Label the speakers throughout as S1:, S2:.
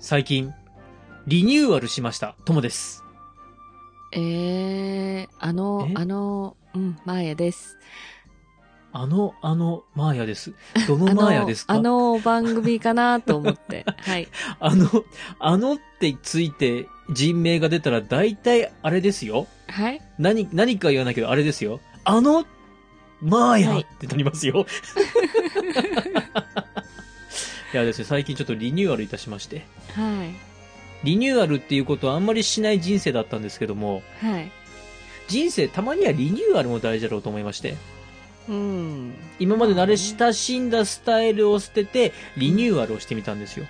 S1: 最近、リニューアルしました。ともです。
S2: えー、あの
S1: え、
S2: あの、うん、マーヤです。
S1: あの、あの、マーヤです。ど
S2: あ
S1: のマーヤですか
S2: あの番組かなと思って。 はい。
S1: あの、あのってついて人名が出たら大体あれですよ。
S2: はい。
S1: 何、何か言わないけどあれですよ。あの、マーヤ
S2: はい
S1: ってなりますよ。い、やですね、最近ちょっとリニューアルいたしまして。
S2: はい。
S1: リニューアルっていうことはあんまりしない人生だったんですけども、
S2: はい。
S1: 人生たまにはリニューアルも大事だろうと思いまして、
S2: うん。
S1: 今まで慣れ親しんだスタイルを捨てて、リニューアルをしてみたんですよ。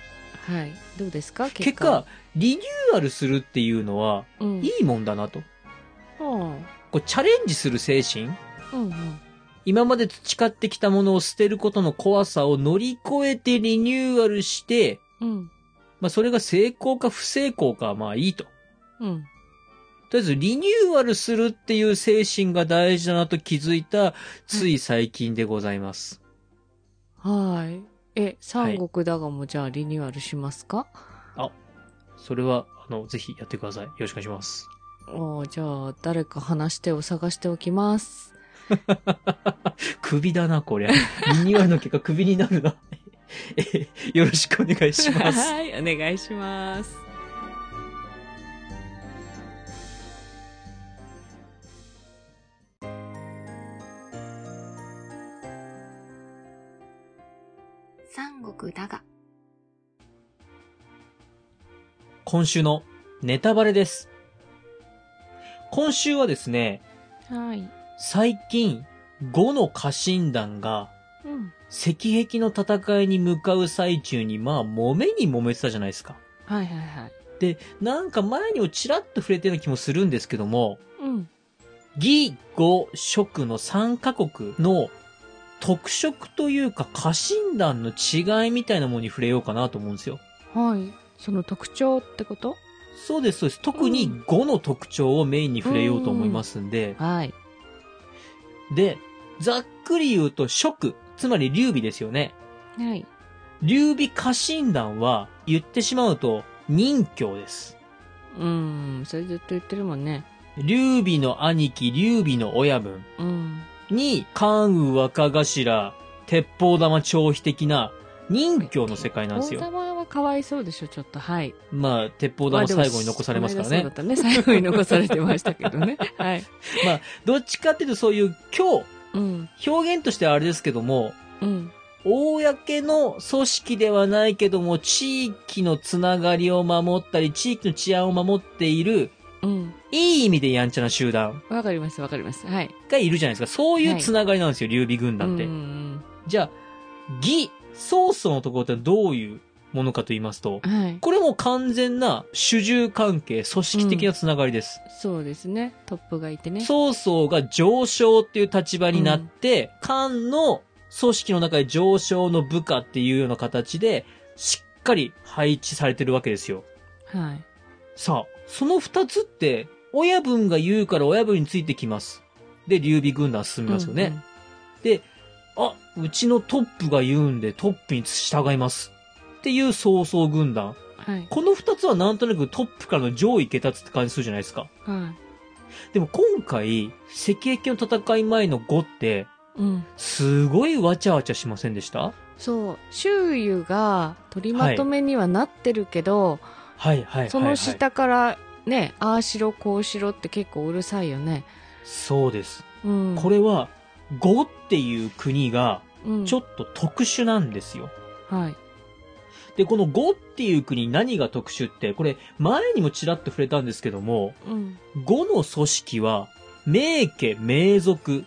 S2: はい。どうですか
S1: 結
S2: 結
S1: 果
S2: 果。、
S1: リニューアルするっていうのは、
S2: うん。
S1: いいもんだなと。
S2: うん。
S1: こう、チャレンジする精神
S2: うん。
S1: 今まで培ってきたものを捨てることの怖さを乗り越えてリニューアルして、
S2: うん。
S1: まあそれが成功か不成功かはまあいいと。
S2: うん。
S1: とりあえずリニューアルするっていう精神が大事だなと気づいた、つい最近でございます。
S2: はい。え、三国だがもじゃあリニューアルしますか、
S1: それは、あの、ぜひやってください。よろしくお願いします。
S2: おーじゃあ、誰か話してを探しておきます。
S1: クビだな、こりゃ。リニューアルの結果クビになるな。 えよろしくお願いします。
S2: い、お願いします。
S3: 三国だが。
S1: 今週のネタバレです。今週はですね、
S2: はい。
S1: 最近、5の家臣団が、
S2: うん。
S1: 石壁の戦いに向かう最中に、まあ、揉めに揉めてたじゃないですか。
S2: はいはいはい。
S1: で、なんか前にもちらっと触れてるような気もするんですけども、
S2: うん。
S1: 義、語、食の3カ国の特色というか家臣団の違いみたいなものに触れようかなと思うんですよ。
S2: はい。その特徴ってこと
S1: そうです、そうです。特に
S2: うん
S1: 語の特徴をメインに触れようと思いますんで、
S2: はい。
S1: で、ざっくり言うと、食、つまり劉備ですよね。
S2: はい。
S1: 劉備家臣団は、言ってしまうと、任教です。
S2: うん。それずっと言ってるもんね。
S1: 劉備の兄貴、劉備の親分
S2: うん。
S1: に、関羽若頭、鉄砲玉長飛的な、任教の世界なんです
S2: 王
S1: よ。
S2: 様はかわいそうでしょ、ちょっと。はい。
S1: まあ、鉄砲玉最後に残されますから
S2: ま
S1: ね
S2: あ。でもそうだったね。最後に残されてましたけ どね。はい。
S1: どっちかっていうとそういう教、
S2: うん。
S1: 表現としてはあれですけども、
S2: うん。
S1: 公の組織ではないけども、地域のつながりを守ったり、地域の治安を守っている、
S2: うん。
S1: いい意味でやんちゃな集団
S2: わかります、わかります。はい。
S1: がいるじゃないですか。そういう
S2: はい
S1: つながりなんですよ、劉備軍団って。
S2: うん
S1: じゃあ、義、曹操のところってどういうものかと言いますと
S2: う、んうん。はい。
S1: これも完全な主従関係、組織的なつながりです。
S2: そうですね。トップがいてね。
S1: 曹操が上将っていう立場になって、漢の組織の中で上将の部下っていうような形で、しっかり配置されてるわけですよ。
S2: はい。
S1: さあ、その二つって、親分が言うから親分についてきます。で、劉備軍団進みますよね。
S2: うんうん
S1: で、あ、うちのトップが言うんでトップに従います。っていう曹操軍団。
S2: はい。
S1: この二つはなんとなくトップからの上位下達って感じするじゃないですか。
S2: は
S1: でも今回、赤壁の戦い前の5って、
S2: い。うん。
S1: すごいわちゃわちゃしませんでした
S2: そう。周遊が取りまとめにはなってるけど、
S1: はいはいはい。
S2: その。下からね、ああしろこうしろって結構うるさいよね。
S1: そうです。
S2: うん。
S1: これは、5っていう国が、
S2: うん、
S1: ちょっと特殊なんですよ。
S2: はい。
S1: で、この5っていう国何が特殊って、これ前にもちらっと触れたんですけども、
S2: うん。うん
S1: 5の組織は、名家、名族、
S2: うん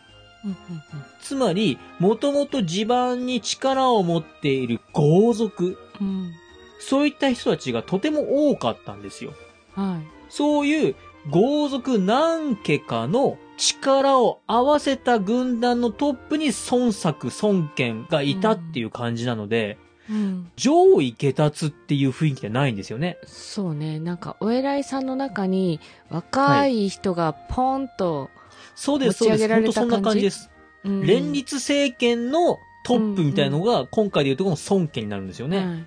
S1: つまり、もともと地盤に力を持っている豪族、
S2: うん。うん。
S1: そういった人たちがとても多かったんですよ。
S2: はい。
S1: そういう豪族何家かの力を合わせた軍団のトップに孫作、孫権がいたっていう感じなので、
S2: うん。
S1: 上位下達っていう雰囲気じゃないんですよね。
S2: そうね。なんか、お偉いさんの中に、若い人がポンと、
S1: そうです、
S2: 持
S1: そう
S2: ち
S1: で
S2: 上
S1: す。本当
S2: げられた
S1: そんな感じです。
S2: うん
S1: 連立政権のトップみたいのが、今回でいうとこの孫権になるんですよね。
S2: はい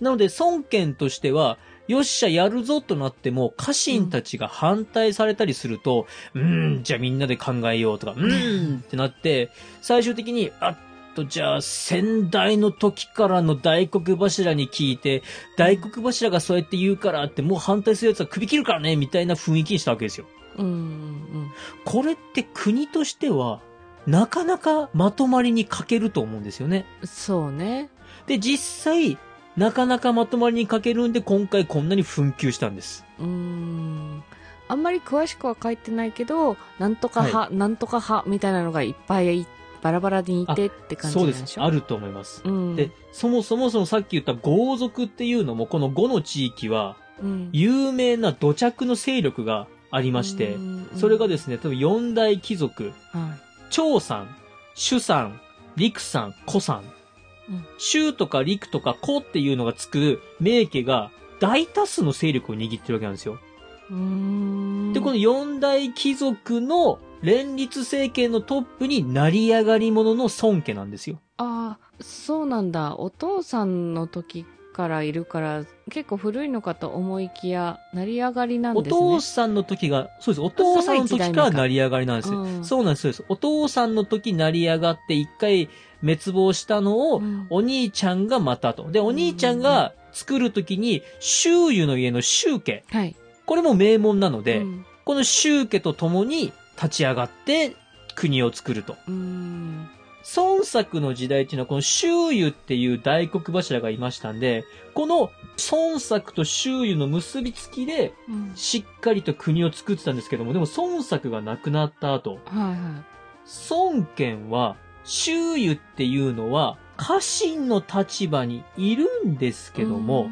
S1: なので、孫権としては、よっしゃ、やるぞとなっても、家臣たちが反対されたりすると、うーん、じゃあみんなで考えようとか、うーんってなって、最終的に、あっと、じゃあ、先代の時からの大黒柱に聞いて、大黒柱がそうやって言うからって、もう反対する奴は首切るからね、みたいな雰囲気にしたわけですよ。
S2: うんうん
S1: これって国としては、なかなかまとまりに欠けると思うんですよね。
S2: うん。そうね。
S1: で、実際、なかなかまとまりに欠けるんで、今回こんなに紛糾したんです。
S2: うーん。あんまり詳しくは書いてないけど、なんとか派、なんとか派みたいなのがいっぱいバラバラにいてって感じ
S1: そう
S2: なん
S1: で
S2: でしょ
S1: す。あると思います。
S2: うん。
S1: で、そもそもそのさっき言った豪族っていうのも、この5の地域は、
S2: うん、
S1: 有名な土着の勢力がありまして
S2: う、ん
S1: それがですね、多分四大貴族、
S2: は
S1: 長さん、主さん、陸さん、子さん
S2: うん。
S1: 州とか陸とか子っていうのがつく名家が大多数の勢力を握ってるわけなんですよ。
S2: い。うーん。
S1: で、この四大貴族の連立政権のトップに成り上がり者の孫家なんですよ。
S2: ああ、そうなんだ。お父さんの時からいるから、結構古いのかと思いきや、成り上がりなん
S1: お
S2: ですね。
S1: 父さんの時が、そうです。お父さんの時から成り上がりなんですよ。
S2: うん
S1: そうなんです、そうです。お父さんの時成り上がって一回滅亡したのを、
S2: うん
S1: お兄ちゃんがまたと。で、お兄ちゃんが作る時に、周遊の家の周家。
S2: はい。
S1: これも名門なので、
S2: うん
S1: この周家と共に立ち上がって国を作ると。
S2: うーん。
S1: 孫作の時代っていうのはこの周遊っていう大黒柱がいましたんで、この孫作と周遊の結びつきで、
S2: うん
S1: しっかりと国を作ってたんですけども、でも孫作が亡くなった後、
S2: はいは
S1: 孫権は、周遊っていうのは、家臣の立場にいるんです
S2: い。
S1: けども、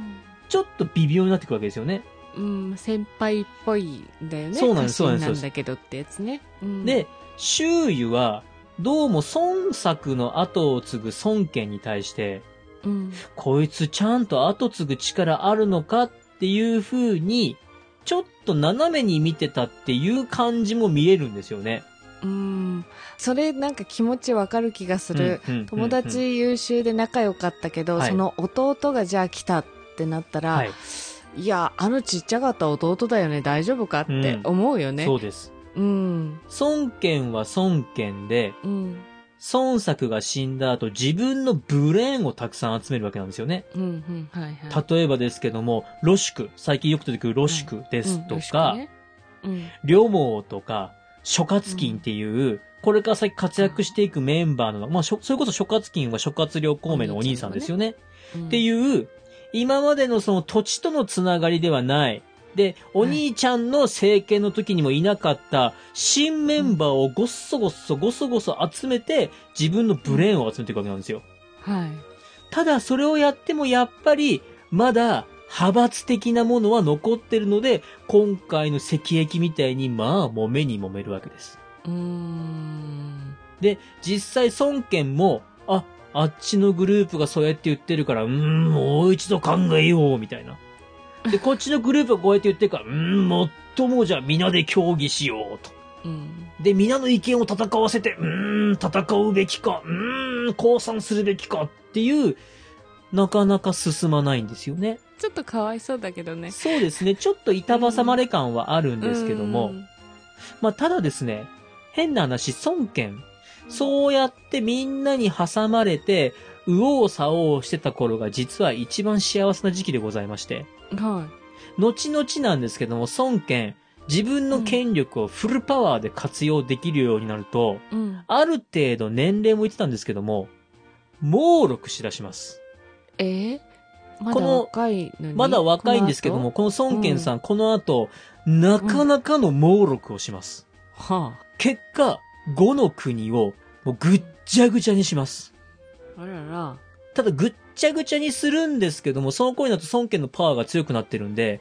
S1: ちょっと微妙になってくるわけですよね。
S2: うん、うん、先輩っぽいんだよね。
S1: そうなんです
S2: 家臣
S1: そうなんです
S2: なんだけどってやつね。うん、
S1: で、周遊は、どうも孫作の後を継ぐ孫権に対して、
S2: うん、
S1: こいつちゃんと後継ぐ力あるのかっていう風に、ちょっと斜めに見てたっていう感じも見えるんですよね。
S2: うん。それなんか気持ちわかる気がする。
S1: うんうんうんうん
S2: 友達優秀で仲良かったけど、
S1: はい
S2: その弟がじゃあ来たってなったら、
S1: はい、
S2: いや、あのちっちゃかった弟だよね、大丈夫かっ
S1: う
S2: て
S1: ん
S2: 思うよね。
S1: そうです。
S2: うん。
S1: 孫権は孫権で、
S2: うん。
S1: 孫作が死んだ後自分のブレーンをたくさん集めるわけなんですよね。
S2: うん。うん。はいはい。
S1: 例えばですけども、ロシク、最近よく出てくるロシクですとか、
S2: うん。よろしくね
S1: 両毛とか、諸葛金っていう、これから先活躍していくメンバーの、まあ、しょそれこそ諸葛金は諸葛亮孔明のお兄さんですよね。
S2: うん。
S1: って
S2: う
S1: いう、今までのその土地とのつながりではない、で、お兄ちゃんの政権の時にもいなかった、新メンバーをごっそごっそごそごそ集めて、自分のブレーンを集めていくわけなんですよ。
S2: ん。はい。
S1: ただ、それをやってもやっぱり、まだ、派閥的なものは残ってるので、今回の石壁みたいに、まあ、揉めに揉めるわけです。
S2: うーん。
S1: で、実際孫権も、あ、あっちのグループがそうやって言ってるから、うーん、もう一度考えよう、みたいな。で、こっちのグループがこうやって言ってるから、うーん、もっともじゃあ皆で協議しよう、と。
S2: うん。
S1: で、皆の意見を戦わせて、うーん、戦うべきか、うーん、降参するべきかっていう、なかなか進まないんですよね。
S2: ちょっとかわいそうだけどね。
S1: そうですね。ちょっと板挟まれ感はあるんですけども、
S2: うん
S1: まあ、ただですね、変な話、孫権。そうやってみんなに挟まれて、右往左往してた頃が実は一番幸せな時期でございまして。
S2: は
S1: 後々なんですけども、孫権、自分の権力をフルパワーで活用できるようになると、
S2: い。うん。
S1: ある程度年齢も言ってたんですけども、猛録しだします。
S2: えーま
S1: こ
S2: だ
S1: の
S2: 若いのに。
S1: まだ若いんですけども、この孫権さん、この後、なかなかの猛録をします。
S2: この後。は
S1: 結果、5の国をもうぐっちゃぐちゃにします。
S2: あ。あらら。
S1: ただぐっちゃぐちゃにするんですけども、その頃になると孫権のパワーが強くなってるんで、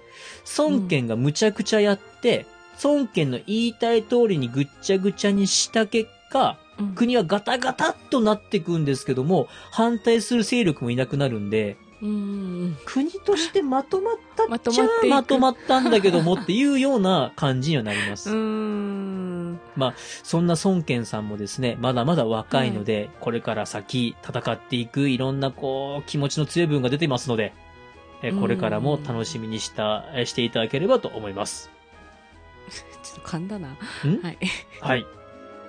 S1: 孫権がむちゃくちゃやって、孫権の言いたい通りにぐっちゃぐちゃにした結果、
S2: うん
S1: 国はガタガタっとなっていくんですけども、反対する勢力もいなくなるんで、
S2: うん。
S1: 国としてまとまった
S2: ま
S1: っ
S2: と
S1: ち
S2: ま
S1: ゃ
S2: っていく
S1: まとまったんだけどもっていうような感じにはなります。
S2: うーん。
S1: そんな孫権さんもですね、まだまだ若いので、これから先戦っていくいろんなこう、気持ちの強い部分が出ていますので、えこれからも楽しみにした、えしていただければと思います。
S2: ちょっと噛んだな。
S1: ん
S2: はい。
S1: はい。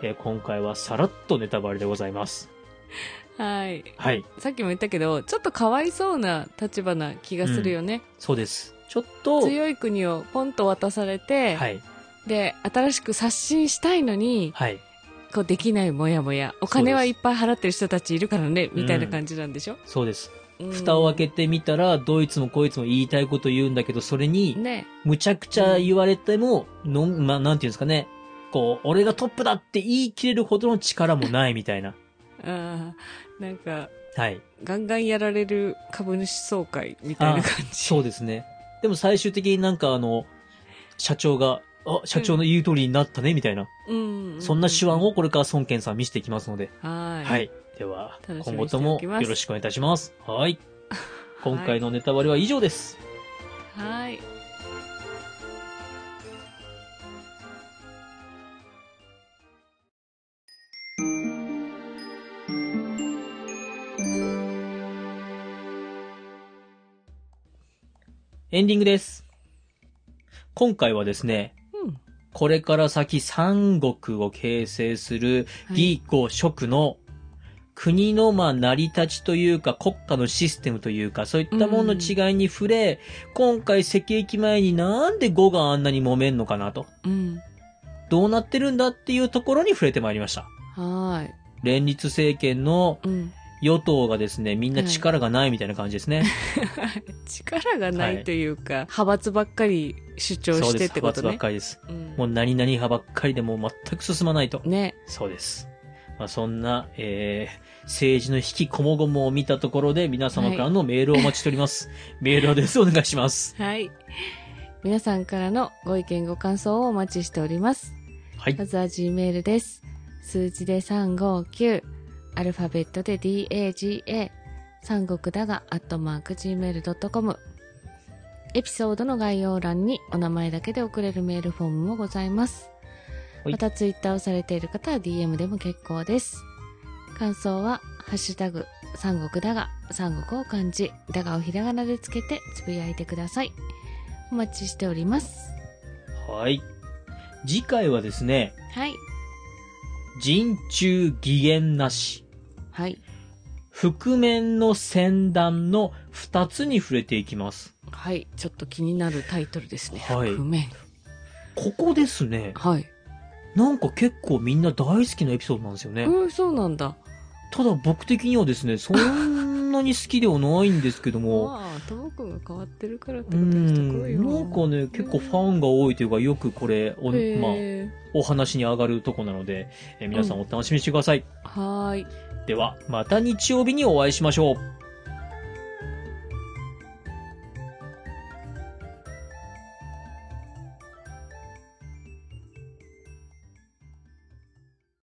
S1: えー今回はさらっとネタバレでございます。
S2: はい。
S1: はい。
S2: さっきも言ったけど、ちょっとかわいそうな立場な気がするよね。
S1: そうです。ちょっと、
S2: 強い国をポンと渡されて、
S1: はい。
S2: で、新しく刷新したいのに、
S1: はい。
S2: こうできないモヤモヤ。お金はいっぱい払ってる人たちいるからね、
S1: す
S2: みたいな感じなんでしょ、
S1: そうです。
S2: うん
S1: 蓋を開けてみたら、どいつもこいつも言いたいこと言うんだけど、それに、
S2: ね。
S1: むちゃくちゃ言われても、のん、ま、なんていうんですかね。こう、俺がトップだって言い切れるほどの力もないみたいな。
S2: あーなんか、
S1: はい。
S2: ガンガンやられる株主総会みたいな感じ。
S1: そうですね。でも最終的になんかあの、社長が、あ、社長の言う通りになったね、みたいな。
S2: うん。
S1: そんな手腕をこれから孫健さん見せていきますので。
S2: はい。
S1: はい。では
S2: 楽しみ、に
S1: 今後とも
S2: してお
S1: よ
S2: きます
S1: ろしくお願いいたします。はい。今回のネタバレは以上です。
S2: はい。
S1: エンディングです。今回はですね、
S2: うん。
S1: これから先三国を形成する
S2: はい
S1: 義語職の国のまあ成り立ちというか国家のシステムというかそういったものの違いに触れ、今回赤壁前になんで語があんなに揉めんのかなと、
S2: うん。
S1: どうなってるんだっていうところに触れてまいりました。
S2: は
S1: 連立政権の
S2: ーい。うん。
S1: 与党がですね、みんな力がないみたいな感じですね。
S2: 力がないというか、派閥ばっかり主張
S1: そう
S2: し
S1: で
S2: てっ
S1: す。
S2: て
S1: 派閥
S2: こと
S1: ばっ
S2: ね。
S1: かりです。
S2: うん
S1: もう何々派ばっかりでもう全く進まないと。
S2: ね。
S1: そうです。まあ、そんな、えー、政治の引きこもごもを見たところで皆様からのメールをお待ちしております。メールアドレスお願いします。
S2: はい。皆さんからのご意見ご感想をお待ちしております。
S1: はい
S2: ま。ずは G メールです。数字で359、アルファベットで DAGA、三国だが、アットマーク Gmail.com。エピソードの概要欄にお名前だけで送れるメールフォームもございます。
S1: はい
S2: またツイッターをされている方は DM でも結構です。感想は、ハッシュタグ、三国だが、三国を漢字、だがをひらがなでつけてつぶやいてください。お待ちしております。
S1: はい。次回はですね、
S2: はい。
S1: 人中義言なし、
S2: はい。
S1: 覆面の先段の二つに触れていきます。
S2: はい、ちょっと気になるタイトルですね。
S1: はい
S2: 覆面。
S1: ここですね、
S2: はい。
S1: なんか結構みんな大好きなエピソードなんですよね。
S2: うん、そうなんだ。
S1: ただ僕的にはですね、そんなに好きではないんですけども、
S2: ああ、ともくんが変わってるからって
S1: う
S2: ことにしてこいよ。
S1: ん、なんかね、結構ファンが多いというか、よくこれ、お、まあ、
S2: へ
S1: お話に上がるとこなので、えー皆さん
S2: う
S1: お楽しみにしてください。
S2: ーはーい。
S1: では、また日曜日にお会いしましょう。